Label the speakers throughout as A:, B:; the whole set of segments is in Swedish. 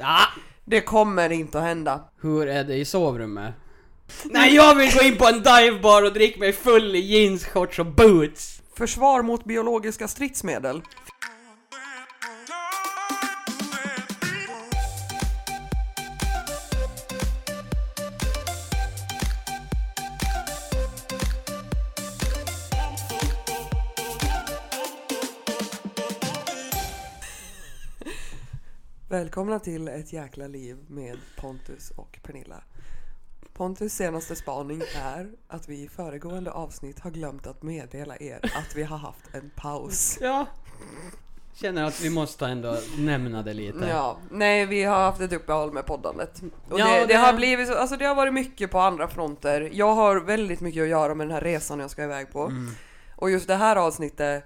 A: Ah,
B: Det kommer inte att hända.
A: hur är det i sovrummet? Nej, jag vill gå in på en divebar och dricka mig full i jeans, shorts och boots!
B: Försvar mot biologiska stridsmedel. Välkomna till ett jäkla liv med Pontus och Pernilla. Pontus senaste spaning är att vi i föregående avsnitt har glömt att meddela er att vi har haft en paus.
A: Ja. Känner att vi måste ändå nämna det lite.
B: Ja, nej vi har haft ett uppehåll med poddandet. Och
A: Ja,
B: det, det,
A: det-
B: har blivit så, alltså det har varit mycket på andra fronter. Jag har väldigt mycket att göra med den här resan jag ska iväg på. Och just det här avsnittet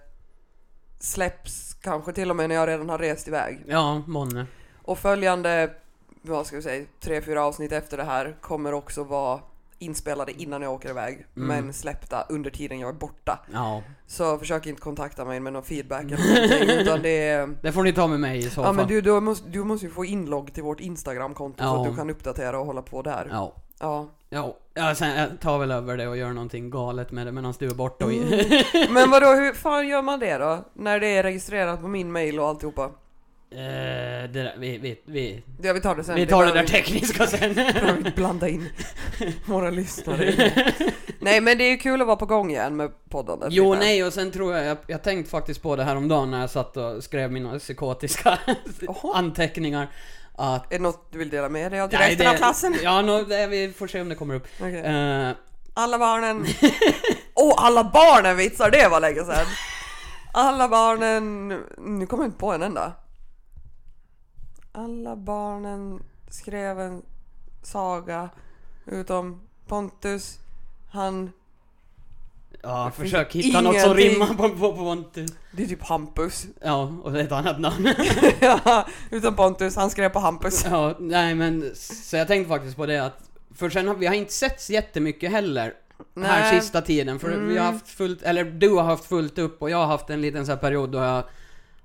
B: släpps kanske till och med när jag redan har rest iväg.
A: Ja, Monne.
B: Och följande, vad ska vi säga, tre, fyra avsnitt efter det här kommer också vara inspelade innan jag åker iväg,
A: Mm.
B: men släppta under tiden jag är borta.
A: Ja.
B: Så försök inte kontakta mig med någon feedback eller någonting, utan det är...
A: Det får ni ta med mig i så fall.
B: Ja men du, du, måste, du måste ju få inlogg till vårt Instagram-konto så
A: Ja.
B: att du kan uppdatera och hålla på där. Ja.
A: Ja. Ja, ja sen, jag tar väl över det och gör någonting galet med det medan du är borta. Och...
B: Men vadå, hur fan gör man det då? När det är registrerat på min mail och alltihopa?
A: Eh, det där, vi, vi, vi,
B: Ja vi tar det sen.
A: vi tar det där
B: behöver-
A: tekniska sen.
B: För att blanda in våra lyssnare. i det. Nej men det är ju kul att vara på gång igen med poddandet.
A: Jo,
B: lite.
A: nej, och sen tror jag, jag, jag tänkte faktiskt på det här om dagen när jag satt och skrev mina psykotiska
B: Jaha.
A: anteckningar. Att,
B: Är det något du vill dela med dig av till
A: Nej,
B: resten av
A: det-
B: klassen?
A: Ja, nå, det, vi får se om det kommer upp.
B: Okej.
A: Eh,
B: Alla barnen... Åh, oh, alla barnen vitsar, det var länge sedan! Alla barnen... Nu kommer jag inte på en enda. Alla barnen skrev en saga utom Pontus, han...
A: ja,
B: finns
A: försök hitta något som
B: ingenting.
A: rimmar på, på, på Pontus.
B: Det är typ Hampus.
A: Ja, och ett annat namn.
B: utom Pontus, han skrev på Hampus.
A: Ja, nej men så jag tänkte faktiskt på det att för sen har vi har inte setts jättemycket heller här
B: Nej. Mm.
A: sista tiden för vi har haft fullt, eller du har haft fullt upp och jag har haft en liten så här period då jag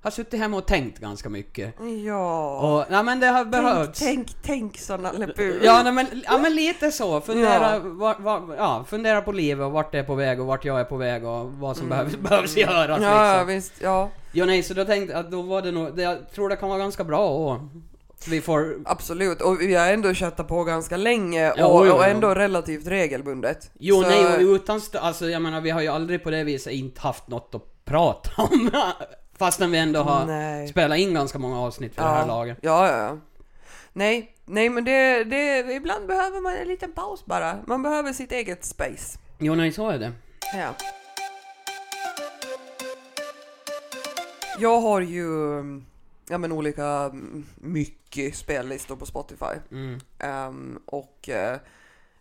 A: har suttit hemma och tänkt ganska mycket.
B: Ja...
A: Och, nej men det har behövts.
B: Tänk, tänk, tänk sån Nalle Puh.
A: Ja, nej, men, ja men lite så, fundera,
B: Ja.
A: var, var, ja, fundera på livet och vart det är på väg och vart jag är på väg och vad som behövs, behövs göras
B: Mm. ja, ja,
A: liksom.
B: visst, ja.
A: Ja nej så då tänkte jag att då var det nog, det, jag tror det kan vara ganska bra och vi får
B: Absolut, och vi har ändå chattat på ganska länge
A: Ja,
B: och,
A: oj, oj,
B: och
A: oj.
B: ändå relativt regelbundet.
A: Jo,
B: Så-
A: nej, och utan stö- alltså jag menar vi har ju aldrig på det viset inte haft något att prata om. Fastän vi ändå har
B: Nej.
A: spelat in ganska många avsnitt för
B: ja.
A: det här laget.
B: Ja, ja, ja. Nej, nej men det, det, ibland behöver man en liten paus bara. Man behöver sitt eget space.
A: Jo, nej, så är det.
B: Ja. Jag har ju mm, ja, men olika mm, mycket spellistor på Spotify.
A: Mm.
B: Ehm, och eh,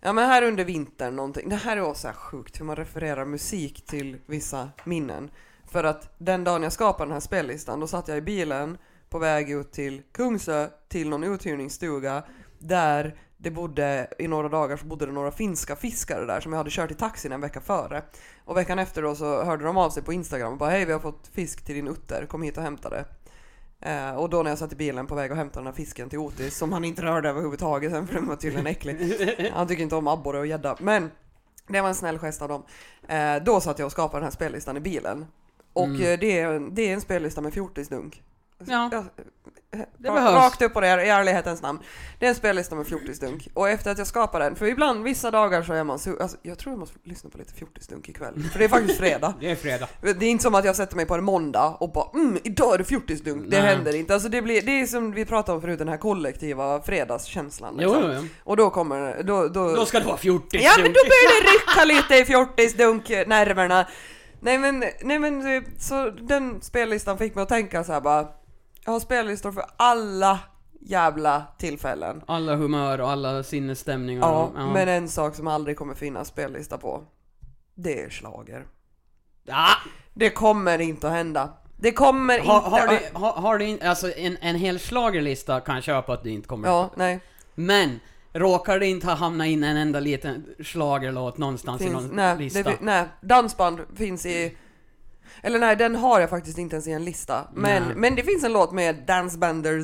B: ja, men här under vintern någonting. Det här är också så här sjukt hur man refererar musik till vissa minnen. För att den dagen jag skapade den här spellistan då satt jag i bilen på väg ut till Kungsö till någon uthyrningsstuga där det bodde i några dagar så bodde det några finska fiskare där som jag hade kört i taxin en vecka före. Och veckan efter då så hörde de av sig på Instagram och bara hej vi har fått fisk till din utter, kom hit och hämta det. Eh, och då när jag satt i bilen på väg att hämta den här fisken till Otis, som han inte rörde överhuvudtaget sen för den var tydligen äcklig. Han tycker inte om abborre och gädda. Men det var en snäll gest av dem. Eh, då satt jag och skapade den här spellistan i bilen. Och eh, det, är, en- det är en spellista med 40 dunk.
A: Ja.
B: Jag-
A: Det
B: Ra-
A: behövs.
B: Rakt upp och ner, i ärlighetens namn. Det är en spellista med 40-stunk. Och efter att jag skapar den, för ibland, vissa dagar så är man så... Alltså, jag tror jag måste lyssna på lite 40-stunk ikväll. För det är faktiskt fredag.
A: Det är fredag.
B: Det är inte som att jag sätter mig på en måndag och bara mm, idag är det 40-stunk. Det
A: Nej.
B: händer inte. Alltså det, blir, det är som vi pratade om förut, den här kollektiva fredagskänslan.
A: Jo,
B: Liksom.
A: jo, jo.
B: Och då kommer... Då, då,
A: Då ska det vara 40
B: Ja men då börjar det rycka lite i fjortisdunknerverna. Nej men, nej men eh, så den spellistan fick mig att tänka så här bara. Jag har spellistor för alla jävla tillfällen.
A: Alla humör och alla sinnesstämningar.
B: Ja,
A: och, Mm, ja.
B: men en sak som aldrig kommer finnas spellista på. Det är slager.
A: Ah!
B: Det kommer inte att hända. Det kommer
A: Har,
B: inte
A: har,
B: att...
A: du, har, har du in, alltså en, en hel schlagerlista kan jag köpa att du inte kommer
B: Ja, nej.
A: Men råkar det inte ha hamnat in en enda liten schlagerlåt någonstans i
B: Finns,
A: någon
B: nej,
A: lista?
B: det, nej, dansband finns i... Eller nej, den har jag faktiskt inte ens i en lista. Men,
A: Nej.
B: men det finns en låt med Dance Benders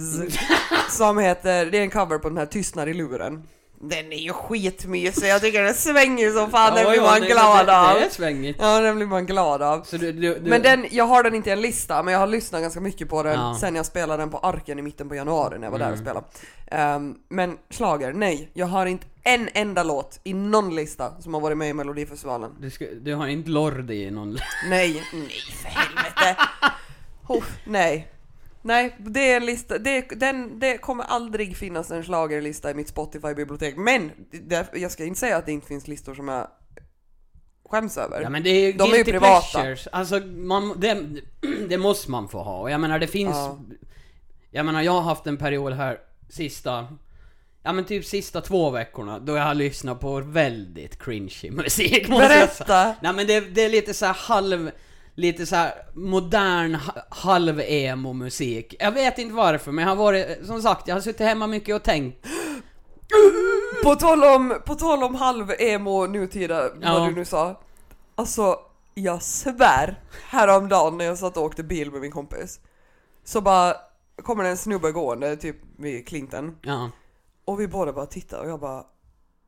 B: som heter, det är en cover på den här Tystnad i luren. Den är ju skitmysig, jag tycker den svänger som fan, den
A: Oj,
B: blir
A: oj,
B: man
A: det-
B: glad
A: det,
B: av.
A: det är svängigt.
B: Ja, den blir man glad av.
A: Så du, du, du,
B: Men den, jag har den inte i en lista, men jag har lyssnat ganska mycket på den
A: Ja. Mm.
B: sen jag spelade den på Arken i mitten på januari när jag var där och spelade. Ehm, men slager, nej, jag har inte en enda låt i någon lista som har varit med i Melodifestivalen.
A: du, ska, du har inte Lordi i någon...
B: Nej, nej för helvete. Oh, nej. Nej, det är en lista. Det, den, det kommer aldrig finnas en schlagerlista i mitt Spotify-bibliotek. Men där, jag ska inte säga att det inte finns listor som jag skäms över.
A: Ja men det är ju
B: De är ju
A: guilty
B: privata.
A: pleasures. Alltså, man, det, det måste man få ha. Och jag menar det finns...
B: Ja.
A: Jag menar jag har haft en period här sista... Ja men typ sista två veckorna då jag har lyssnat på väldigt cringy musik måste jag säga.
B: Berätta!
A: Nej men det, det är lite så här halv... Lite så här modern ha- halv-emo-musik. Jag vet inte varför men jag har varit... Som sagt, jag har suttit hemma mycket och tänkt.
B: På tal om, på tal om halv-emo nutida,
A: Ja.
B: vad du nu sa. Alltså, jag svär. Häromdagen när jag satt och åkte bil med min kompis. Så bara kommer det en snubbe gående, typ vid Clinton.
A: Ja.
B: Och vi båda bara tittade och jag bara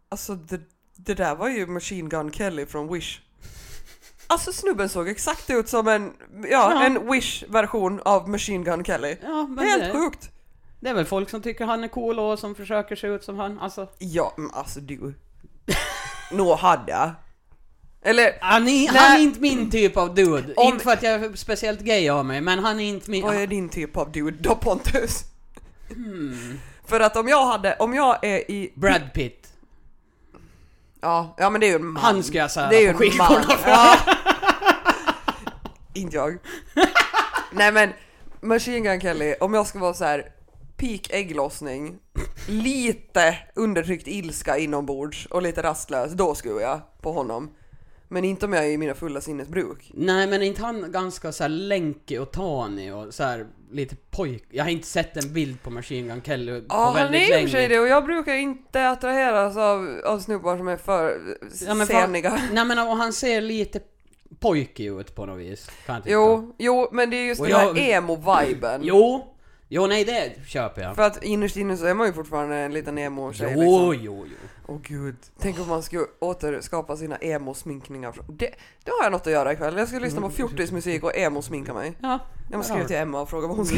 B: Alltså det, det där var ju Machine Gun Kelly från Wish Alltså snubben såg exakt ut som en, ja,
A: Ja.
B: en Wish-version av Machine Gun Kelly
A: Ja, men
B: Helt
A: det,
B: sjukt!
A: det är väl folk som tycker han är cool och som försöker se ut som han. Alltså...
B: Ja, men alltså du Nå hade jag Eller,
A: Han är, han är inte min typ av dude.
B: Om-
A: Inte för att jag är speciellt gay av mig, men han är inte min...
B: vad är din typ av dude då Pontus?
A: Hmm.
B: För att om jag hade, om jag är i
A: Brad Pitt.
B: Ja, ja men det är ju en man.
A: Han ska jag säga
B: Det är ju
A: på
B: en man.
A: skivorna för.
B: Ja. Inte jag. Nej men, Machine Gun Kelly, om jag ska vara så här peak ägglossning, lite undertryckt ilska inombords och lite rastlös, då skulle jag på honom. Men inte om jag är i mina fulla sinnes bruk.
A: Nej, men är inte han ganska så här länkig och tanig och så här lite pojk... Jag har inte sett en bild på Machine Gun Kelly på
B: Ja, han
A: väldigt
B: är i och för sig
A: länge.
B: det och jag brukar inte attraheras av, av snubbar som är för
A: Ja, men fan-
B: seniga.
A: Nej men och han ser lite pojkig ut på något vis. Kan jag tycka.
B: Jo, jo, men det är just
A: Och
B: den
A: jag-
B: här emo-viben.
A: Jo. Jo, nej det köper jag.
B: För att innerst inne så är man ju fortfarande en liten emo-tjej
A: Jo,
B: liksom.
A: jo, jo.
B: Åh gud. Tänk om man skulle återskapa sina emo-sminkningar. från- Det, det har jag något att göra ikväll. Jag ska lyssna på 40s musik och emo-sminka mig.
A: Mm, Ja. där
B: Jag måste
A: har
B: skriva
A: du.
B: till Emma och fråga vad hon ska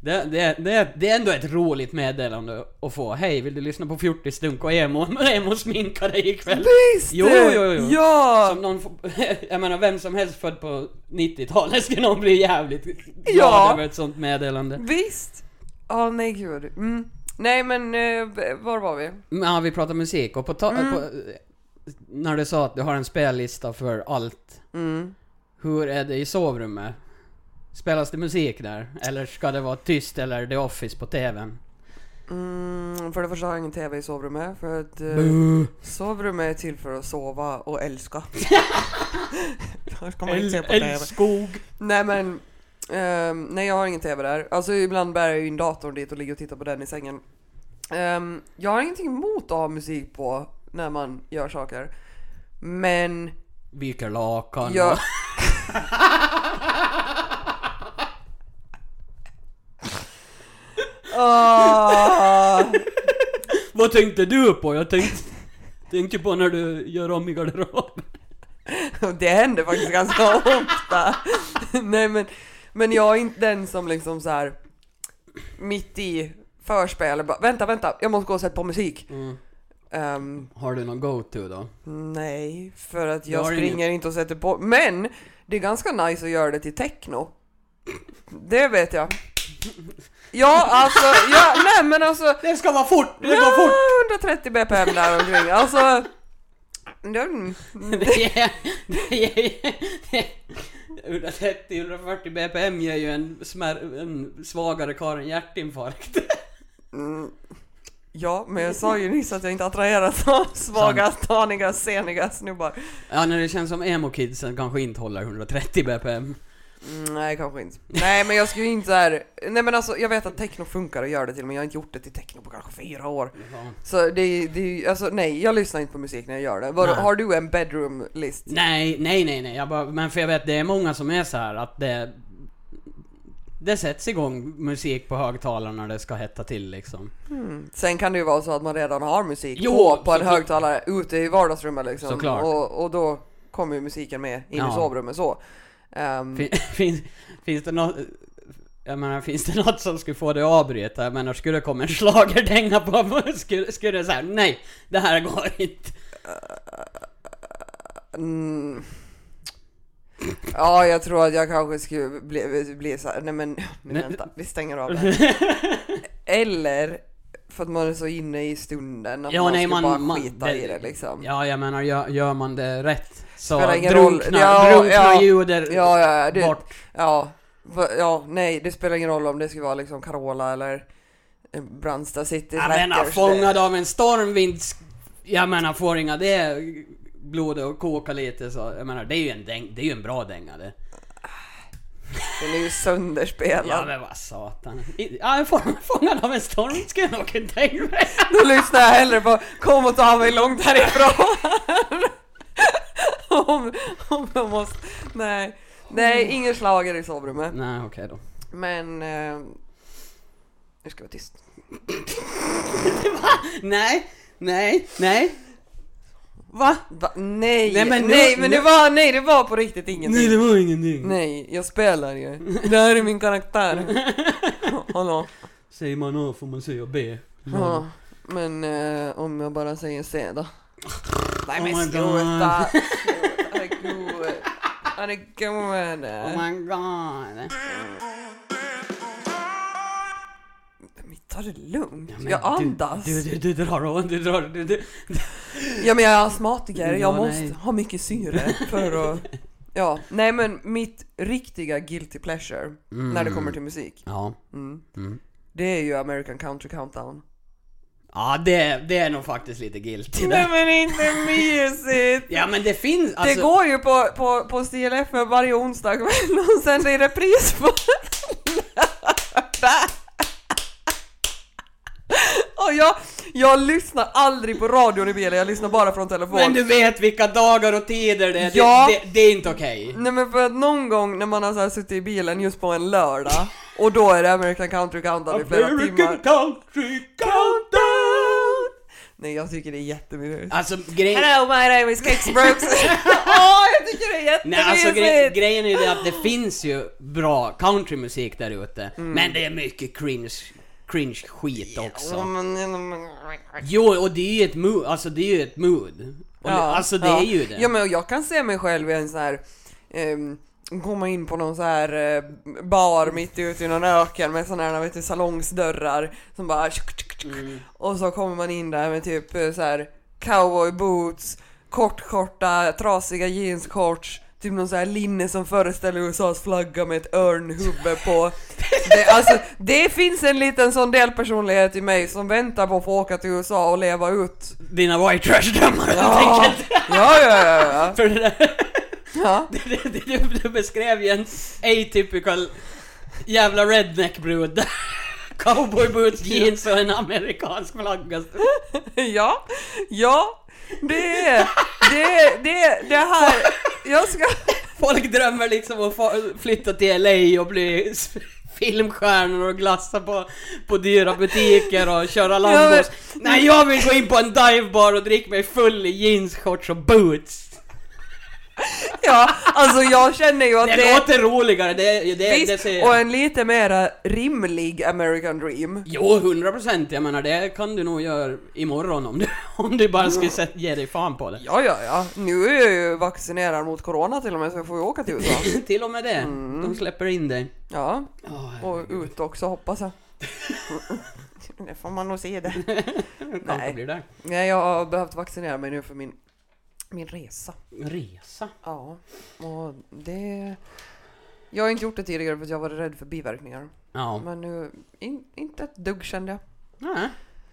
A: det, det, det, det är ändå ett roligt meddelande att få. Hej, vill du lyssna på 40 stunk och emo, emo sminka dig ikväll?
B: Visst!
A: Jo, jo, jo.
B: Ja!
A: Som någon, får- jag menar vem som helst född på 90-talet skulle någon bli jävligt glad
B: Ja.
A: över ett sånt meddelande.
B: Visst! Ja, nej gud. Mm. Nej men, eh, b- var var vi?
A: Men, Ja, vi pratar musik och på, ta,
B: Mm.
A: på När du sa att du har en spellista för allt.
B: Mm.
A: Hur är det i sovrummet? Spelas det musik där? Eller ska det vara tyst eller The Office på TVn?
B: Mm, för det första har jag ingen TV i sovrummet, för att eh, sovrummet är till för att sova och älska. Då ska man inte se på TV.
A: Älskog!
B: Nej men, ehm, nej jag har ingen TV där. Alltså ibland bär jag ju in datorn dit och ligger och tittar på den i sängen. Ehm, jag har ingenting emot att ha musik på när man gör saker. Men
A: Viker lakan
B: jag...
A: och...
B: Ah,
A: Vad tänkte du på? Jag tänkte, tänkte på när du gör om i garderoben.
B: det händer faktiskt ganska ofta. nej men, men jag är inte den som liksom så här mitt i förspelet bara vänta, vänta, jag måste gå och sätta på musik.
A: Mm.
B: Ehm,
A: Har du någon go-to då?
B: Nej, för att
A: Jag
B: jag
A: har
B: springer
A: inget.
B: inte och sätter på. Men det är ganska nice att göra det till techno. Det vet jag. Ja, alltså, ja, nej men alltså.
A: Det ska vara fort! Det
B: Ja, 130 bpm där omkring. Alltså. Den,
A: det är... Det är... 130-140 bpm ger ju en, smär, en svagare karl en hjärtinfarkt.
B: mm, ja, men jag sa ju nyss att jag inte attraheras av svaga, taniga, seniga snubbar.
A: Ja, när det känns som emo-kidsen kanske inte håller 130 bpm.
B: Mm, nej, kanske inte. Nej, men jag skulle ju inte så här... Nej, men alltså jag vet att techno funkar och gör det till, men jag har inte gjort det till techno på kanske fyra år.
A: Ja.
B: Så det är det, är- alltså nej, jag lyssnar inte på musik när jag gör det. Var,
A: Nej.
B: har du en bedroom list?
A: Nej, nej, nej, nej. Jag bara, men för jag vet, det är många som är så här att det... Det sätts igång musik på högtalarna när det ska hetta till liksom.
B: Mm. Sen kan det ju vara så att man redan har musik
A: Jo,
B: på, på en
A: såklart.
B: högtalare ute i vardagsrummet liksom.
A: Såklart.
B: Och, och då kommer ju musiken med in i
A: Ja.
B: sovrummet så. Ehm,
A: Fin, finns, finns det något... Jag menar, finns det något som skulle få dig att avbryta? Jag menar, skulle det komma en schlagerdänga på skulle, skulle det säga nej, det här går inte.
B: Mm. Ja, jag tror att jag kanske skulle bli, bli så här, nej men, men
A: Nej.
B: vänta, vi stänger av det. Eller för att man är så inne i stunden att
A: Ja,
B: man
A: nej,
B: skulle
A: man-
B: bara
A: man-
B: skita
A: det-
B: i det liksom. Ja,
A: Ja, jag menar, gör, gör man det rätt så
B: Spelar ingen
A: drunknar,
B: roll. Ja,
A: drunknar
B: ja.
A: ljudet
B: ja, ja, det,
A: bort.
B: ja, Va- ja, nej, det spelar ingen roll om det skulle vara liksom Carola eller eh, Brandsta City
A: Jag menar,
B: Rackers.
A: fångad av en stormvind. sk- Jag menar, får inga det blodet och koka lite så. Jag menar, det är ju en, däng, det är ju en bra dänga det.
B: Den är ju
A: Ja
B: sönderspelad.
A: men vad satan. I- Ja, jag får- fångad av en storm skulle jag nog kunna tänka mig.
B: Då lyssnar jag hellre på Kom och ta mig långt härifrån. om, om jag måste. Nej. Nej, ingen slager i sovrummet.
A: Nej okej då.
B: Men... Eh, nu ska jag vara tyst.
A: Nej, nej, nej. Va?
B: Va? Nej,
A: Nej,
B: nej
A: men
B: men,
A: nu-
B: nej, men
A: nu-
B: det var, nej det var på riktigt ingenting.
A: Nej
B: Nej,
A: det var ingenting.
B: jag spelar ju. Det här är min karaktär. Hallå.
A: Säger man A får man säga B.
B: Ja, men eh, om jag bara säger C då? Nej
A: Oh
B: men
A: my
B: sluta! Sluta, Herregud. Herregud.
A: Oh my god.
B: Men ta det lugnt.
A: Men
B: jag andas.
A: Du, du, du, du drar åt, du drar, du, du.
B: Ja men jag är astmatiker.
A: Ja,
B: Jag måste
A: nej.
B: ha mycket syre för att... Ja, nej men mitt riktiga guilty pleasure när
A: Mm.
B: det kommer till musik.
A: Ja.
B: Mm.
A: Mm.
B: Det är ju American Country Countdown.
A: Ja det, det är nog faktiskt lite guilty där.
B: Nej men inte mysigt!
A: Ja men det finns alltså...
B: det går ju på, på, på CLF varje onsdag kväll och sen det är repris på lördag. Och jag, jag lyssnar aldrig på radion i bilen, jag lyssnar bara från telefonen.
A: Men du vet vilka dagar och tider det är,
B: Ja.
A: det, det, det är inte okej.
B: Nej men för att någon gång när man har så här suttit i bilen just på en lördag och då är det American Country Countdown i flera timmar.
A: country countdown!
B: Nej jag tycker det är jättemysigt.
A: Alltså grejen...
B: Hello my name is Kex Brooks. Åh jag tycker det är
A: Nej alltså gre
B: jättemysigt!
A: grejen är ju det att det
B: Ah.
A: finns ju bra countrymusik där ute, men det är mycket cringe, cringe skit också.
B: Mm. Ja, men-
A: Jo, och det är ju ett mood, alltså det är ju ett mood. Och det, alltså det
B: ja.
A: är ju det.
B: Ja men jag kan se mig själv i en så här ehm, komma in på någon så här eh, bar mitt ute i någon öken med sådana här vet du, salongsdörrar som bara tjuk, tjuk, tjuk.
A: Mm.
B: och så kommer man in där med typ eh, så här cowboy boots, kortkorta trasiga jeansshorts Typ någon sån här linne som föreställer USAs flagga med ett örnhuvud på. Det, alltså, det finns en liten sån delpersonlighet i mig som väntar på att få åka till USA och leva ut.
A: Dina white trash drömmar helt
B: Ja,
A: enkelt.
B: ja, ja, ja, ja.
A: För det där...
B: Ja.
A: Det, det, det, du- du beskrev ju en atypical jävla redneck-brud. Cowboy boots, jeans och en amerikansk flagga.
B: ja, ja, det är, det är, det är, det här, jag ska,
A: Folk drömmer liksom om att få- flytta till LA och bli s- filmstjärnor och glassa på, på dyra butiker och köra Lambos. Nej, jag vill gå in på en divebar och dricka mig full i jeansshorts och boots.
B: ja, alltså jag känner ju att
A: Det,
B: det är,
A: låter roligare, det, det, det, det
B: visst,
A: ser...
B: och en lite mera rimlig American dream.
A: Jo, 100 procent. Jag menar, det kan du nog göra imorgon om du, om du bara skulle sätt, ge dig fan på det.
B: Ja, ja, ja, nu är jag ju vaccinerad mot corona till och med så jag får ju åka till USA.
A: Till och med det. De släpper in dig.
B: Ja,
A: Oh,
B: och Mm. ut också hoppas jag. Det får man nog se det.
A: kanske
B: nej.
A: blir det.
B: Nej, jag har behövt vaccinera mig nu för min, min resa.
A: Resa.
B: Ja, och det... Jag har inte gjort det tidigare för att jag var rädd för biverkningar.
A: Ja.
B: Men nu, in, inte ett dugg kände jag.
A: Nej.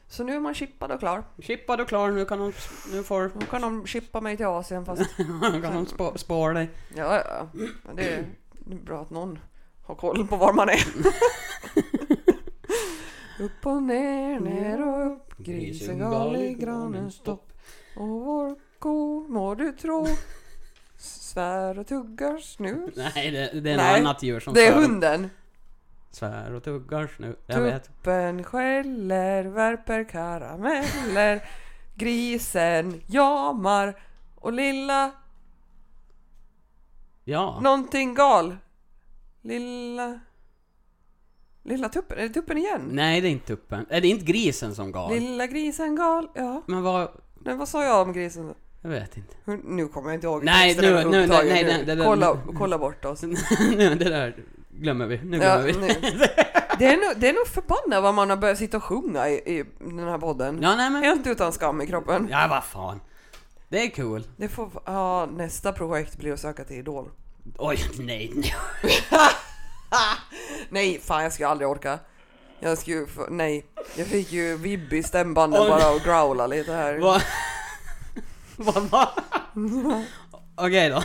B: Så nu är man chippad och klar.
A: Chippad och klar, nu kan de, nu får,
B: Nu kan de chippa mig till Asien fast...
A: kan de spå, spåra dig.
B: Ja, ja, ja. Men det, Det är bra att någon har koll på var man är. upp och ner, ner och upp, grisen gal i granen, stopp. Och vår ko må du tro, svär och tuggar snus.
A: Nej, det, det är
B: Nej,
A: något annat djur som
B: Det är
A: svär och-
B: hunden.
A: Svär och tuggar nu. Jag vet.
B: Tuppen skäller, värper karameller. Grisen jamar och lilla
A: Ja.
B: någonting gal. Lilla... Lilla tuppen, är det tuppen igen?
A: Nej, det är inte tuppen. Nej, det är inte grisen som gal.
B: Lilla grisen gal, ja.
A: Men vad...
B: Nej, vad sa jag om grisen? då?
A: Jag vet inte.
B: Hur- Nu kommer jag inte ihåg
A: Nej,
B: texten
A: nu-
B: överhuvudtaget.
A: nu- nej, nej, nej, det där-
B: kolla, kolla bort oss.
A: nu, det där glömmer vi. Nu
B: Ja,
A: glömmer vi.
B: nu. Det, är nog, det är nog förbannat vad man har börjat sitta och sjunga i, i den här podden.
A: Ja, nej men.
B: Helt utan skam i kroppen.
A: Ja, vad fan. Det är cool.
B: Det får, ja, nästa projekt blir att söka till Idol.
A: Oj, nej, nej.
B: Nej, fan jag skulle aldrig orka. Jag skulle ju få- nej. Jag fick ju vibb i stämbanden
A: Oj.
B: bara och growla lite här.
A: Vad... vad var... Okej då.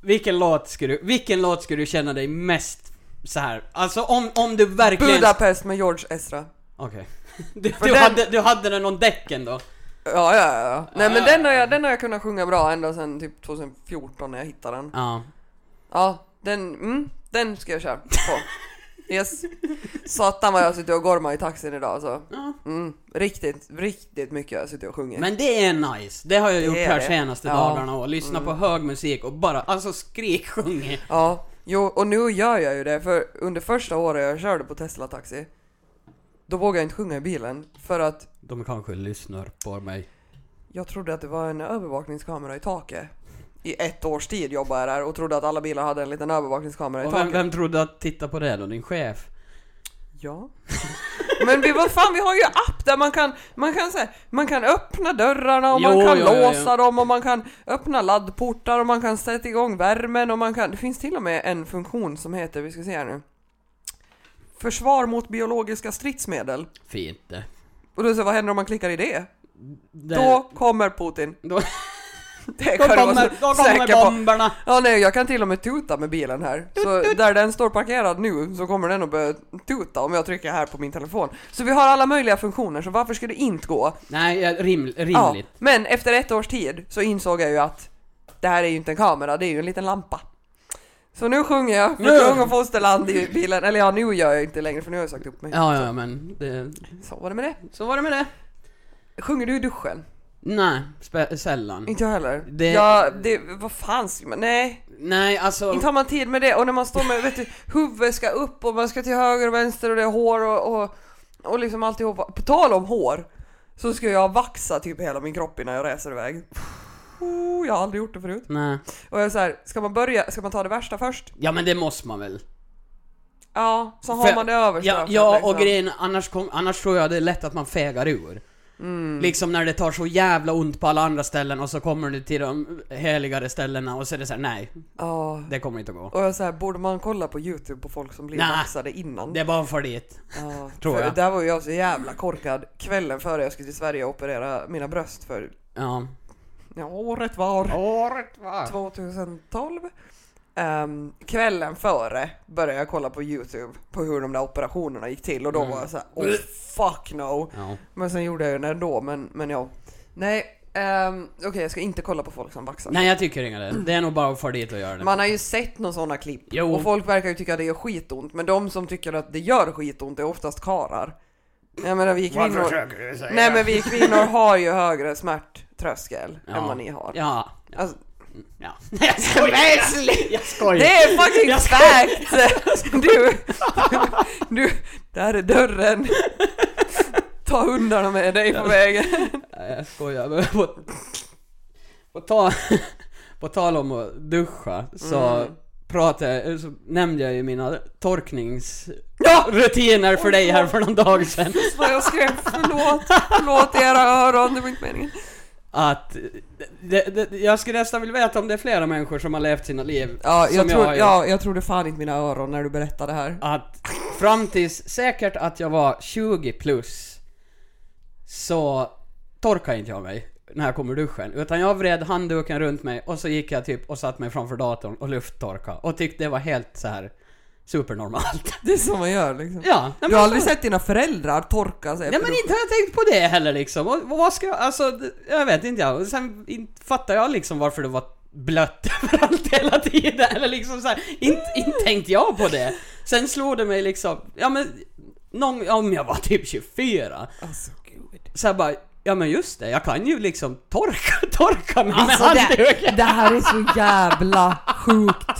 A: Vilken låt skulle du... Vilken låt skulle du känna dig mest så här? Alltså om, om du verkligen...
B: Budapest med George Ezra.
A: Okej. Du,
B: För
A: du,
B: den-
A: hade, du hade den om däcken då?
B: Ja, ja, ja. Nej men
A: Ah.
B: den har, jag, den har jag kunnat sjunga bra ända sedan typ 2014 när jag hittade den.
A: Ja.
B: Ja, den, mm, den ska jag köra på. Yes. Satan vad jag har suttit och gormat i taxin idag alltså.
A: Ja.
B: Mm, riktigt, riktigt mycket har jag suttit och sjungit.
A: Men det är nice, det har jag gjort
B: är
A: här
B: det.
A: senaste
B: Ja. Mm.
A: dagarna och lyssna på hög musik och bara, alltså skriksjungit.
B: Ja, jo, och nu gör jag ju det för under första året jag körde på Tesla Taxi då vågade jag inte sjunga i bilen för att
A: De kanske lyssnar på mig.
B: jag trodde att det var en övervakningskamera i taket. I ett års tid jobbade jag där och trodde att alla bilar hade en liten övervakningskamera i
A: Och vem,
B: taket.
A: vem trodde att titta på det då? Din chef?
B: Ja. Men vi, vad fan, vi har ju app där man kan, man kan, så här, man kan öppna dörrarna och man
A: Jo,
B: kan
A: jo, jo, jo.
B: låsa dem och man kan öppna laddportar och man kan sätta igång värmen och man kan... Det finns till och med en funktion som heter, vi ska se här nu. Försvar mot biologiska stridsmedel.
A: Fint det.
B: Och då så, vad händer om man klickar i det?
A: Det-
B: Då kommer Putin.
A: Då- då
B: Det kan du
A: kommer,
B: vara
A: då
B: så
A: kommer
B: säker på.
A: bomberna!
B: Ja, nej, jag kan till och med tuta med bilen här. Så där den står parkerad nu så kommer den att börja tuta om jag trycker här på min telefon. Så vi har alla möjliga funktioner, så varför skulle det inte gå?
A: Nej, ja, rim,
B: Ja,
A: rimligt.
B: men efter ett års tid så insåg jag ju att det här är ju inte en kamera, det är ju en liten lampa. Så nu sjunger jag
A: Nu!
B: för kung och fosterland i bilen. Eller ja, nu gör jag inte längre för nu har jag sagt upp mig.
A: Ja, ja, men det,
B: Så var det med det.
A: så var det med det.
B: Sjunger du i duschen?
A: Nej, spe, sällan.
B: Inte jag heller.
A: Det-
B: Ja, det, vad fan ska man, nej.
A: Nej, alltså...
B: Inte har man tid med det och när man står med vet du, huvudet ska upp och man ska till höger och vänster och det är hår och, och, och liksom alltihopa. På tal om hår så ska jag vaxa typ hela min kropp innan jag reser iväg. Oh, jag har aldrig gjort det förut.
A: Nej.
B: Och jag är så här, ska man börja, ska man ta det värsta först?
A: Ja, men det måste man väl?
B: Ja, så har
A: För-
B: man det liksom. överst.
A: Ja, ja och grejen, annars, kom, annars tror jag det är lätt att man fegar ur. Liksom när det tar så jävla ont på alla andra ställen och så kommer du till de heligare ställena och så är det så här: nej,
B: Ja,
A: det kommer inte att gå.
B: och jag är så här, borde man kolla på Youtube på folk som blir
A: Nä.
B: vaxade innan?
A: Det är bara för dit.
B: Ja,
A: Tror
B: för
A: jag.
B: Där var ju jag så jävla korkad kvällen före jag skulle till Sverige och operera mina bröst för
A: Ja.
B: ja, året var.
A: Året va?
B: 2012. Ehm, kvällen före började jag kolla på Youtube på hur de där operationerna gick till
A: Mm.
B: och då var jag såhär oh fuck no.
A: Ja.
B: Men sen gjorde jag ju det ändå men, men ja. Nej, ehm, okej jag ska inte kolla på folk som vaxar.
A: Nej jag tycker inga det. Det är nog bara för dit att göra det.
B: Man har ju sett några sådana klipp
A: Jo.
B: och folk verkar ju tycka att det gör skitont men de som tycker att det gör skitont är oftast karar. Jag menar vi kvinnor,
A: du säga?
B: nej, men vi kvinnor har ju högre smärttröskel
A: Ja.
B: än vad ni har.
A: Ja.
B: Alltså,
A: Ja. Jag skojar! Jag skojar!
B: Det är fucking
A: Jag ska-
B: fact! Du, du, där är dörren. Ta hundarna med dig på vägen.
A: Nej, jag skojar. Men på, på, tal, på tal om att duscha så
B: Mm.
A: pratade jag, så nämnde jag ju mina torkningsrutiner
B: Ja!
A: för dig här för någon dag sedan.
B: Vad jag skrev, förlåt, förlåt era öron, det var inte meningen.
A: Att det, det, jag skulle nästan vilja veta om det är flera människor som har levt sina liv
B: Ja, jag,
A: som
B: tror,
A: jag har gjort.
B: ja, jag trodde fan inte mina öron när du berättade det här.
A: att fram tills säkert att jag var 20 plus så torkade inte jag mig. när jag kom ur duschen. Utan jag vred handduken runt mig och så gick jag typ och satte mig framför datorn och lufttorka och tyckte det var helt så här supernormalt.
B: Det är så man gör liksom.
A: Ja, nej, men
B: Du har aldrig
A: så-
B: sett dina föräldrar torka sig
A: Nej
B: efter
A: men
B: dop?
A: inte har jag tänkt på det heller liksom. Och, och vad ska jag, alltså, det- jag vet inte jag. Och Sen inte fattar jag liksom varför det var blött överallt hela tiden. Eller liksom så här, inte, inte tänkte jag på det. Sen slog det mig liksom, ja men, någon, om jag var typ 24.
B: Alltså gud.
A: Så jag bara, ja men just det, jag kan ju liksom torka, torka mig
B: Alltså
A: med
B: det,
A: handduken.
B: det här är så jävla sjukt.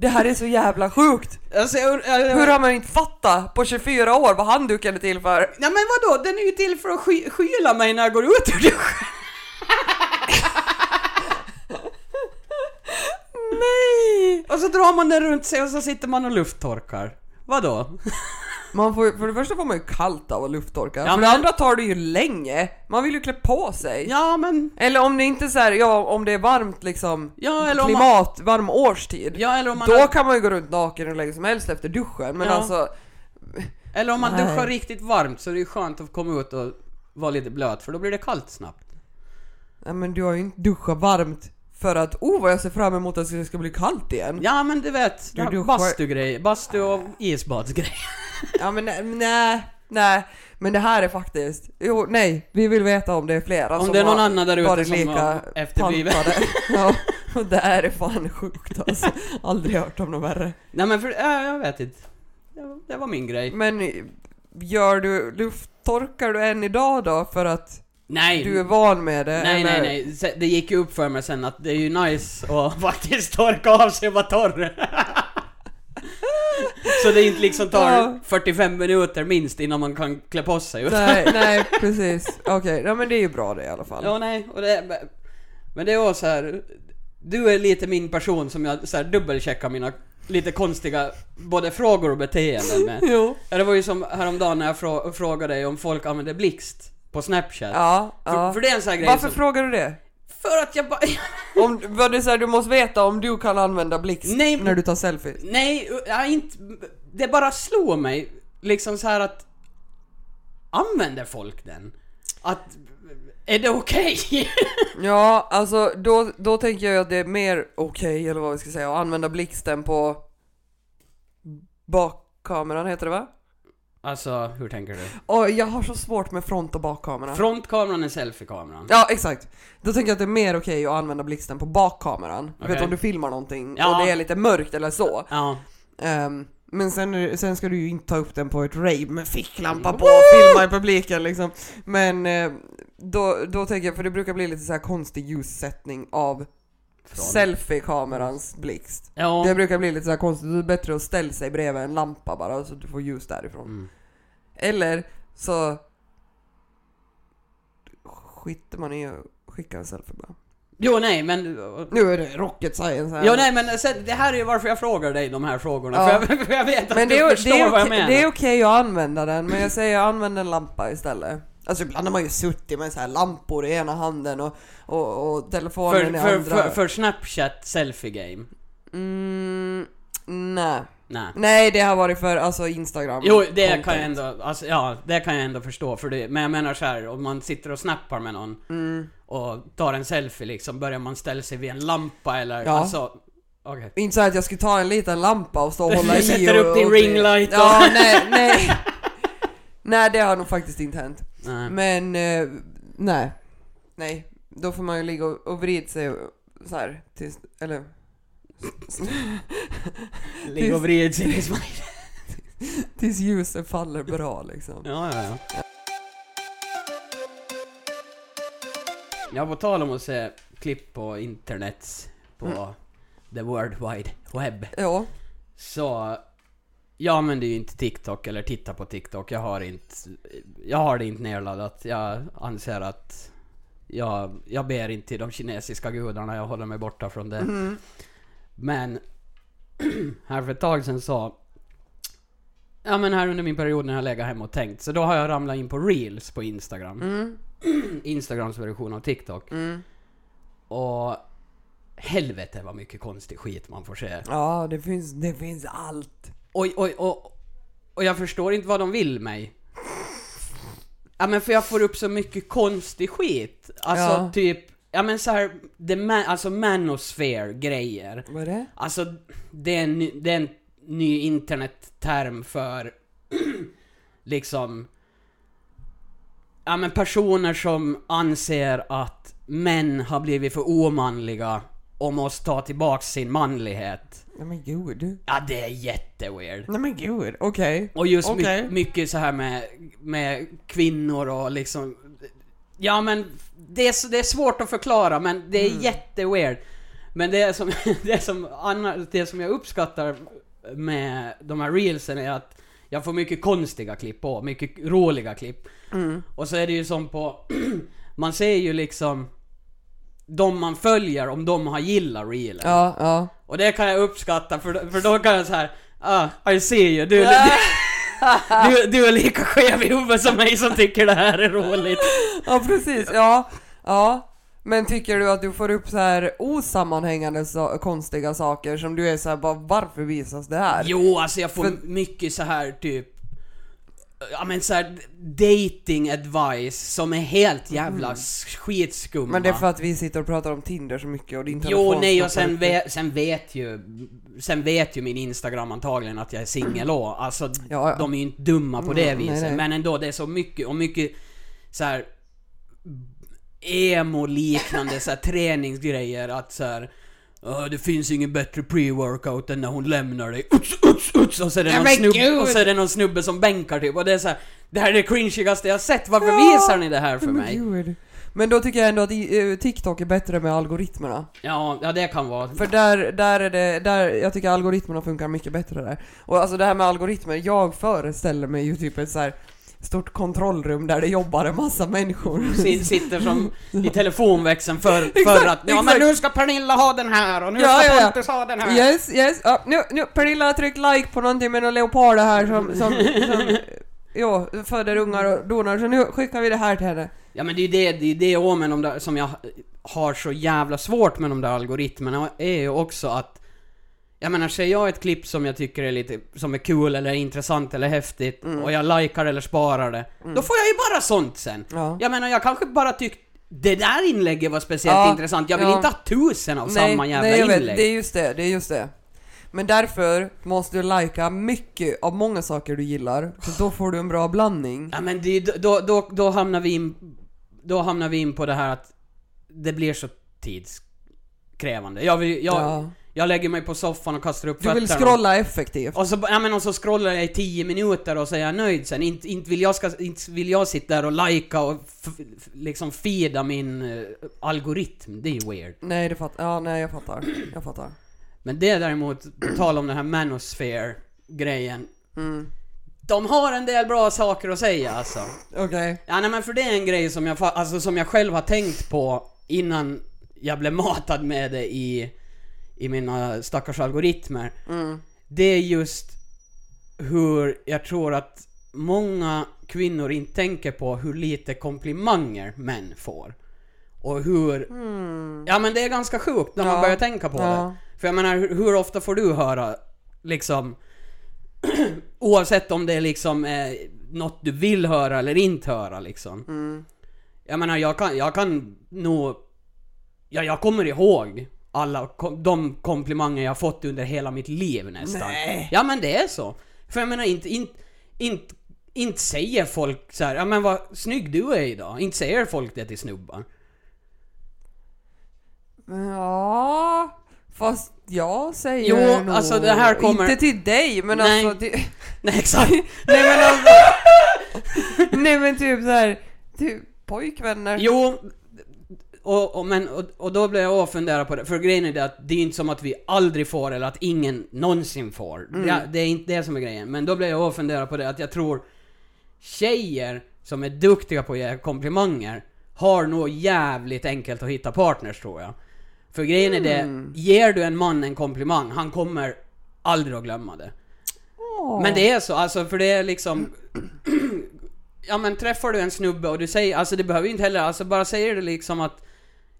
B: Det här är så jävla sjukt.
A: Alltså, jag, jag, jag,
B: Hur har man inte fattat på 24 år vad handduken är till för?
A: Nej men vadå, den är ju till för att sky- skyla mig när jag går ut ur duschen.
B: Nej!
A: Och så drar man den runt sig och så sitter man och lufttorkar. Vadå?
B: Man får, för det första får man ju kallt av att lufttorka. för
A: men-
B: det andra tar det ju länge. Man vill ju klä på sig.
A: Ja men
B: Eller om det inte är så här, ja om det är varmt liksom,
A: Ja, eller om man-
B: klimat, varm årstid.
A: Ja, eller om man,
B: då kan man ju gå runt naken hur länge som helst efter duschen. Men
A: Ja.
B: alltså,
A: eller om man
B: Nej.
A: duschar riktigt varmt så är det ju skönt att komma ut och vara lite blöt för då blir det kallt snabbt.
B: nej, men du har ju inte duschat varmt för att oh vad jag ser fram emot att det ska bli kallt igen.
A: Ja men du vet,
B: Du duschar-
A: bastugrejer, bastu och isbadsgrejer.
B: Ja men nej, nej, nej. Men det här är faktiskt, jo nej, vi vill veta om det är flera
A: Om
B: som
A: det är någon
B: har
A: annan där ute
B: varit
A: som
B: lika
A: har efterbliven.
B: pantade. ja, och det här är fan sjukt alltså. Aldrig hört om något värre.
A: Nej men för, ja, jag vet inte. Det var- Det var min grej.
B: Men gör du, lufttorkar du än idag då för att
A: Nej!
B: du är van med det?
A: Nej nej
B: eller?
A: Äh, nej, Se- det gick ju upp för mig sen att det är ju nice att faktiskt torka av sig och vara torr. Så det är inte liksom tar
B: Ja.
A: 45 minuter minst innan man kan klä på sig. utan-
B: Nej, nej precis. Okej, ja, men det är ju bra det i alla fall.
A: Ja, nej, och det, men det är också så här. Du är lite min person som jag så här, dubbelcheckar mina lite konstiga både frågor och beteenden med.
B: Jo.
A: Ja, Det var ju som häromdagen när jag frå- frågade dig om folk använder blixt på Snapchat.
B: Ja,
A: För,
B: ja.
A: för det är en sån här grej
B: Varför
A: som,
B: frågar du det?
A: För att jag bara...
B: Om, vad det är så här, du måste veta om du kan använda blixt
A: Nej, men-
B: när du tar selfies.
A: Nej, jag inte... Det bara slår mig liksom så här att... Använder folk den? Att... Är det okej?
B: Ja, alltså då, då tänker jag att det är mer okej, eller vad vi ska säga, att använda blixten på bakkameran heter det va?
A: alltså, hur tänker du?
B: Och jag har så svårt med front och bakkameran.
A: Frontkameran är selfiekameran.
B: Ja, exakt. Då tänker jag att det är mer okej att använda blixten på bakkameran. Du vet
A: Okej.
B: om du filmar någonting
A: Ja.
B: och det är lite mörkt eller så.
A: Ja.
B: Ehm, men sen, är det- sen ska du ju inte ta upp den på ett rave med ficklampa på
A: Woo!
B: och filma i publiken liksom. Men eh, då, då tänker jag, för det brukar bli lite så här konstig ljussättning av
A: Från-
B: selfie-kamerans blixt.
A: Ja.
B: Det brukar bli lite så här konstigt, det är bättre att ställa sig bredvid en lampa bara så att du får ljus därifrån.
A: Mm.
B: Eller så skiter man i att skicka en selfie bara.
A: Jo, nej, men...
B: Nu är det rocket science här.
A: Jo, nej, men sen, det här är ju varför jag frågar dig de här frågorna.
B: Ja.
A: För, jag, för jag vet att
B: Men
A: du
B: det är,
A: förstår
B: det, är
A: vad jag
B: okej,
A: menar.
B: det är okej att använda den, men jag säger använd en lampa istället. Alltså ibland har man ju suttit med så här lampor i ena handen och, och, och
A: för,
B: telefonen i
A: för,
B: andra.
A: för, för Snapchat selfie game.
B: Mm, nej.
A: Nej.
B: nej, det har varit för alltså Instagram.
A: Jo, det kan jag
B: content.
A: ändå, alltså, ja, det kan jag ändå förstå för det, men jag menar så här, om man sitter och snappar med någon
B: Mm.
A: och tar en selfie liksom, börjar man ställa sig vid en lampa eller
B: Ja.
A: alltså... Okej.
B: Inte så att jag skulle ta en liten lampa och stå och hålla
A: Du
B: i
A: sätter
B: och,
A: upp din
B: och- typ.
A: ringlight och-
B: Ja, nej, nej. nej, det har nog faktiskt inte hänt.
A: Nej.
B: Men eh, nej. Nej, då får man ju ligga och, och vrida sig och- så här tills, eller
A: Ligg och vrid sig liksom.
B: tills ljuset faller bra liksom.
A: Ja, ja, ja. Ja, på tal om att se klipp på internet, på
B: Mm.
A: the world wide web,
B: Ja,
A: så... Jag använder ju inte TikTok eller tittar på TikTok. Jag har inte... Jag har det inte nedladdat. Jag anser att... Jag, jag ber inte till de kinesiska gudarna, jag håller mig borta från det. Men... här för ett tag sedan så... Ja men här under min period när jag lägger hem och tänkt, så då har jag ramlat in på reels på Instagram. Instagrams version av TikTok. Och... Helvete vad mycket konstig skit man får se.
B: ja det, finns, det finns allt.
A: Oj, oj, och, och jag förstår inte vad de vill mig. Ja men för jag får upp så mycket konstig skit. Alltså
B: Ja.
A: typ, ja men så här, the man, alltså manosphere grejer.
B: Vad är det?
A: Alltså det är en, ny- det är en ny internetterm för liksom Ja men personer som anser att män har blivit för omanliga och måste ta tillbaka sin manlighet.
B: Nej men gud.
A: Ja det är jätteweird.
B: Nej men gud, okej.
A: Och just my-
B: Okej.
A: mycket så här med, med kvinnor och liksom... Ja men, det är, s- det är svårt att förklara men det är
B: Mm.
A: jätteweird. Men det är som, det är som, anna- det som jag uppskattar med de här reelsen är att jag får mycket konstiga klipp på, mycket roliga klipp.
B: Mm.
A: Och så är det ju som på, man ser ju liksom de man följer om de har gillat reelen.
B: Ja, ja.
A: Och det kan jag uppskatta för, för då kan jag så här. Ah, I see you, du,
B: Ah.
A: du, du, du är lika skev i huvudet som mig som tycker det här är roligt.
B: Ja precis, ja. ja. Men tycker du att du får upp så här osammanhängande so- konstiga saker som du är så här, bara, varför visas det här?
A: Jo, alltså jag får
B: Ah. För-
A: mycket så här typ... Ja men så här dating advice som är helt jävla skitskumma.
B: Mm. Men det är för att vi sitter och pratar om Tinder så mycket och din telefon
A: Jo, nej och
B: stoppar
A: sen,
B: upp det.
A: ve, sen vet ju... Sen vet ju min Instagram antagligen att jag är singel och Alltså,
B: Ja, ja.
A: de är ju inte dumma på det
B: Mm, nej,
A: viset.
B: nej.
A: Men ändå, det är så mycket och mycket så här emo-liknande så här, träningsgrejer att så här. "Åh, det finns ingen bättre pre-workout än när hon lämnar dig. Uts, uts, uts. Och, så är det
B: Ja,
A: någon
B: men
A: snubbe,
B: gud!
A: och så är det någon snubbe som bänkar typ. Och det är så här, Det här är det cringigaste jag sett. Varför
B: Ja.
A: visar ni det här för
B: Men
A: mig?
B: gud. Men då tycker jag ändå att i- eh, TikTok är bättre med algoritmerna.
A: Ja, ja, det kan vara.
B: För där, där är det, där, jag tycker algoritmerna funkar mycket bättre där. Och alltså det här med algoritmer, jag föreställer mig ju typ ett så här stort kontrollrum där det jobbar en massa människor.
A: Si- sitter som i telefonväxeln för, för
B: Exakt,
A: att ja, men
B: exakt.
A: nu ska Pernilla ha den här och nu
B: Ja,
A: ska
B: ja, ja.
A: Pontus ha den här.
B: Yes, yes. Ja, nu, nu, Pernilla har tryckt like på någonting med någon leopard här som, som, som ja, föder ungar och donar, så nu skickar vi det här till henne.
A: Ja men det är ju det, det, är det och med de där, som jag har så jävla svårt med de där algoritmerna är ju också att jag menar, ser jag ett klipp som jag tycker är lite, som är kul eller intressant eller häftigt
B: Mm.
A: och jag likar eller sparar det, då får jag ju bara sånt sen.
B: Ja.
A: Jag menar, jag kanske bara tyckt det där inlägget var speciellt
B: Ja,
A: intressant, jag vill
B: ja.
A: inte ha tusen av samma jävla
B: nej, jag
A: inlägg.
B: vet, det är just det, det är just det. Men därför måste du lajka mycket av många saker du gillar, för då får du en bra blandning.
A: Ja men det, är ju- då, då, då hamnar vi in... Då hamnar vi in på det här att det blir så tidskrävande. Jag, vill, jag,
B: Ja.
A: jag lägger mig på soffan och kastar upp
B: Du vill
A: fötterna.
B: scrolla effektivt.
A: Och så, ba- ja, men och så scrollar jag i 10 minuter och så är jag nöjd sen. Inte, inte, vill, jag ska, inte vill jag sitta där och lajka och f, f, liksom feeda min eh, algoritm. Det är ju weird.
B: Nej, det fattar ja, nej, jag fattar. Jag fattar.
A: Men det däremot, på tal om den här manosphere-grejen.
B: Mm.
A: De har en del bra saker att säga alltså.
B: Okej.
A: Ja, nej, men för det är en grej som jag, fa- alltså, som jag själv har tänkt på innan jag blev matad med det i, i mina stackars algoritmer. Det är just hur jag tror att många kvinnor inte tänker på hur lite komplimanger män får. Och hur... Ja men det är ganska sjukt när man
B: Ja.
A: börjar tänka på
B: Ja.
A: det. För jag menar, hur, hur ofta får du höra liksom oavsett om det är liksom eh, något du vill höra eller inte höra liksom. Jag menar jag kan, jag kan nog, ja, jag kommer ihåg alla kom, de komplimanger jag fått under hela mitt liv nästan.
B: Nej.
A: Ja men det är så. För jag menar inte, inte, inte, inte säger folk så här, ja men vad snygg du är idag. Inte säger folk det till snubbar.
B: Ja, fast jag säger
A: Jo,
B: nog...
A: alltså, det här kommer-
B: Inte till dig, men
A: Nej.
B: alltså... Till...
A: Nej alltså. exakt.
B: nej men alltså... nej men typ såhär, typ pojkvänner.
A: Jo, och, och, men, och, och då blev jag att fundera på det, för grejen är det att det är inte som att vi aldrig får eller att ingen någonsin får. Det, det är inte det som är grejen. Men då blev jag att fundera på det att jag tror tjejer som är duktiga på att ge komplimanger har nog jävligt enkelt att hitta partners tror jag. För grejen är det, ger du en man en komplimang, han kommer aldrig att glömma det.
B: Åh.
A: Men det är så, alltså för det är liksom... ja men träffar du en snubbe och du säger, alltså det behöver ju inte heller, alltså bara säger du liksom att...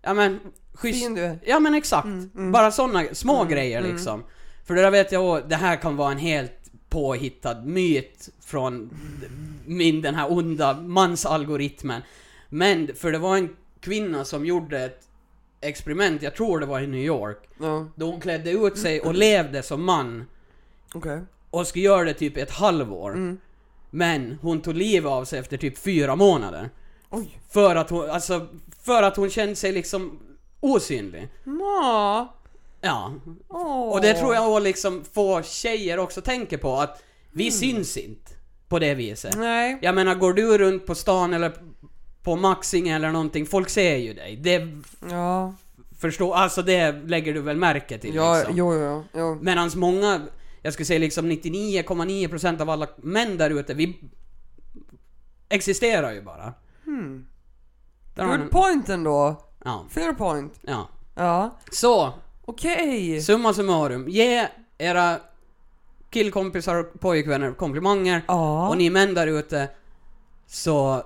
A: Ja men, schysst.
B: Fin du är. Mm,
A: Ja men exakt. Bara sådana små grejer liksom. För det där vet jag åh, det här kan vara en helt påhittad myt från min, den här onda mansalgoritmen. Men för det var en kvinna som gjorde ett experiment, jag tror det var i New York,
B: Ja,
A: då hon klädde ut sig och levde som man
B: okej.
A: och skulle göra det typ ett halvår.
B: Mm.
A: Men hon tog livet av sig efter typ fyra månader.
B: Oj.
A: För att hon, alltså, för att hon kände sig liksom osynlig.
B: Nå.
A: Ja.
B: Åh.
A: Och det tror jag att liksom få tjejer också tänker på att vi
B: Mm.
A: syns inte på det viset.
B: Nej.
A: Jag menar, går du runt på stan eller på Maxing eller någonting, folk ser ju dig. Det
B: Ja.
A: förstår, alltså det lägger du väl märke till
B: Ja,
A: liksom.
B: jo, jo, jo.
A: Medans många, jag skulle säga liksom 99,9% av alla män där ute, vi existerar ju bara. Där har ni-
B: Hmm. Good point ändå.
A: Ja,
B: Fair point.
A: ja.
B: Ja.
A: Så,
B: Okej.
A: summa summarum. Ge era killkompisar och pojkvänner komplimanger.
B: Ja.
A: Och ni män där ute, så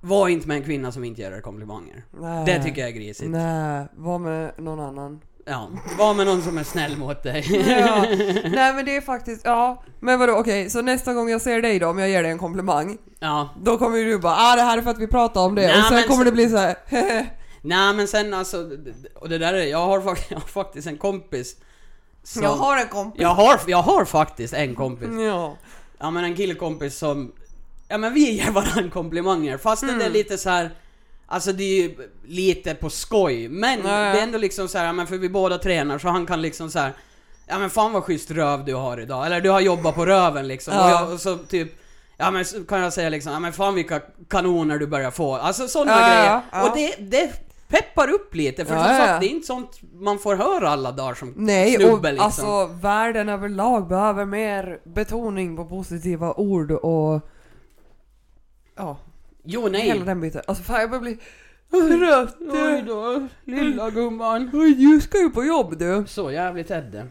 A: var inte med en kvinna som inte ger er komplimanger.
B: Nej.
A: Det tycker jag är grisigt.
B: Nej, var med någon annan.
A: Ja, var med någon som är snäll mot dig.
B: Ja. Nej men det är faktiskt, ja. Men vadå okej, så nästa gång jag ser dig då, om jag ger dig en komplimang,
A: Ja.
B: då kommer ju du bara ah det här är för att vi pratar om det
A: Nej,
B: och sen
A: men
B: kommer
A: så-
B: det bli så här. "Hehe."
A: Nej men sen alltså, och det där är, jag har, fak- jag har faktiskt en kompis som,
B: jag har en kompis.
A: jag har, jag har faktiskt en kompis.
B: Ja.
A: Ja men en killkompis som... Ja men vi ger varandra komplimanger fast
B: Mm.
A: det är lite så här. Alltså det är ju lite på skoj men
B: Ja, ja.
A: det är ändå liksom så här, ja, men för vi båda tränar så han kan liksom så här. Ja men fan vad schysst röv du har idag, eller du har jobbat på röven liksom
B: Ja.
A: och, jag, och så typ Ja men så kan jag säga liksom, ja men fan vilka kanoner du börjar få, alltså sådana
B: Ja, ja,
A: grejer.
B: ja.
A: Och det, det peppar upp lite för
B: Ja,
A: som
B: ja, ja.
A: sagt det är inte sånt man får höra alla dagar som
B: Nej, och
A: snubbe liksom.
B: alltså världen överlag behöver mer betoning på positiva ord och ja,
A: jo nej.
B: hela den biten. Alltså fan jag börjar bli trött.
A: Oj då, lilla gumman.
B: Oj, Du ska ju på jobb du.
A: Så jävligt är det.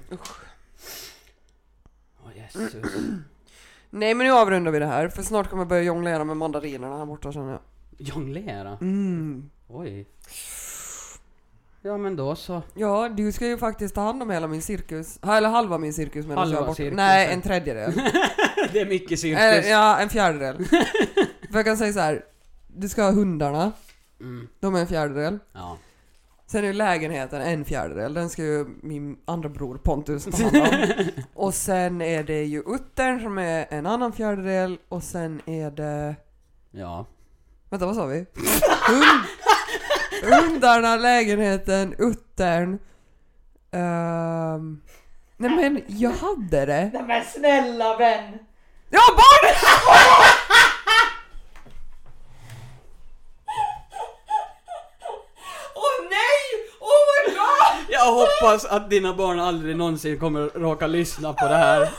A: Åh Jesus.
B: Nej men nu avrundar vi det här för snart kommer jag börja jonglera med mandarinerna här borta känner jag.
A: Jonglera?
B: Mm.
A: Oj. Ja men då så.
B: Ja, du ska ju faktiskt ta hand om hela min cirkus. Ha- Eller halva min cirkus medan
A: Halva
B: jag är borta.
A: cirkusen.
B: Nej, en tredjedel.
A: det är mycket
B: Eller,
A: cirkus.
B: Eh, ja, en fjärdedel. För jag kan säga så här. Du ska ha hundarna.
A: Mm.
B: De är en fjärdedel.
A: Ja.
B: Sen är ju lägenheten en fjärdedel. Den ska ju min andra bror Pontus ta hand om. Och sen är det ju uttern som är en annan fjärdedel. Och sen är det...
A: Ja.
B: Vänta, vad sa vi? Hund, hundarna, lägenheten, uttern. Ehm, nej men jag hade det.
C: Nej men snälla vän!
B: Ja, barnet!
C: Åh nej! Oh my god!
A: Jag hoppas att dina barn aldrig någonsin kommer råka lyssna på det här.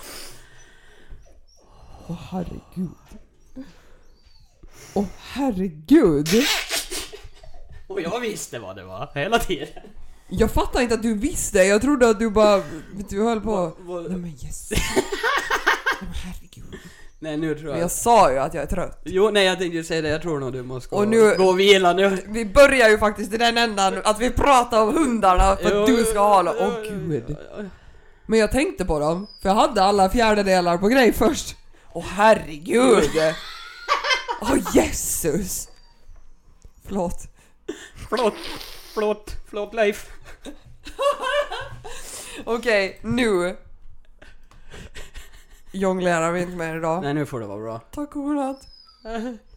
B: Åh herregud. Åh herregud.
A: Och jag visste vad det var hela tiden.
B: Jag fattar inte att du visste. Jag trodde att du bara... Du höll på...
A: vad-
B: Nej men yes. Nej, men herregud.
A: Nej nu tror
B: Men
A: jag.
B: jag sa ju att jag är trött.
A: Jo nej jag tänkte ju säga det, jag tror nog du måste gå,
B: Och nu-
A: gå och vila nu.
B: Vi börjar ju faktiskt i den ändan att vi pratar om hundarna för att
A: Jo,
B: du ska ha dem. Åh
A: jo,
B: gud.
A: jo, jo.
B: Men jag tänkte på dem, för jag hade alla fjärdedelar på grej först. Åh herregud! Åh Jesus! Förlåt.
A: Förlåt, förlåt, förlåt Leif.
B: Okej, nu jonglerar vi inte mer idag.
A: Nej nu får det vara bra.
B: Tack och godnatt.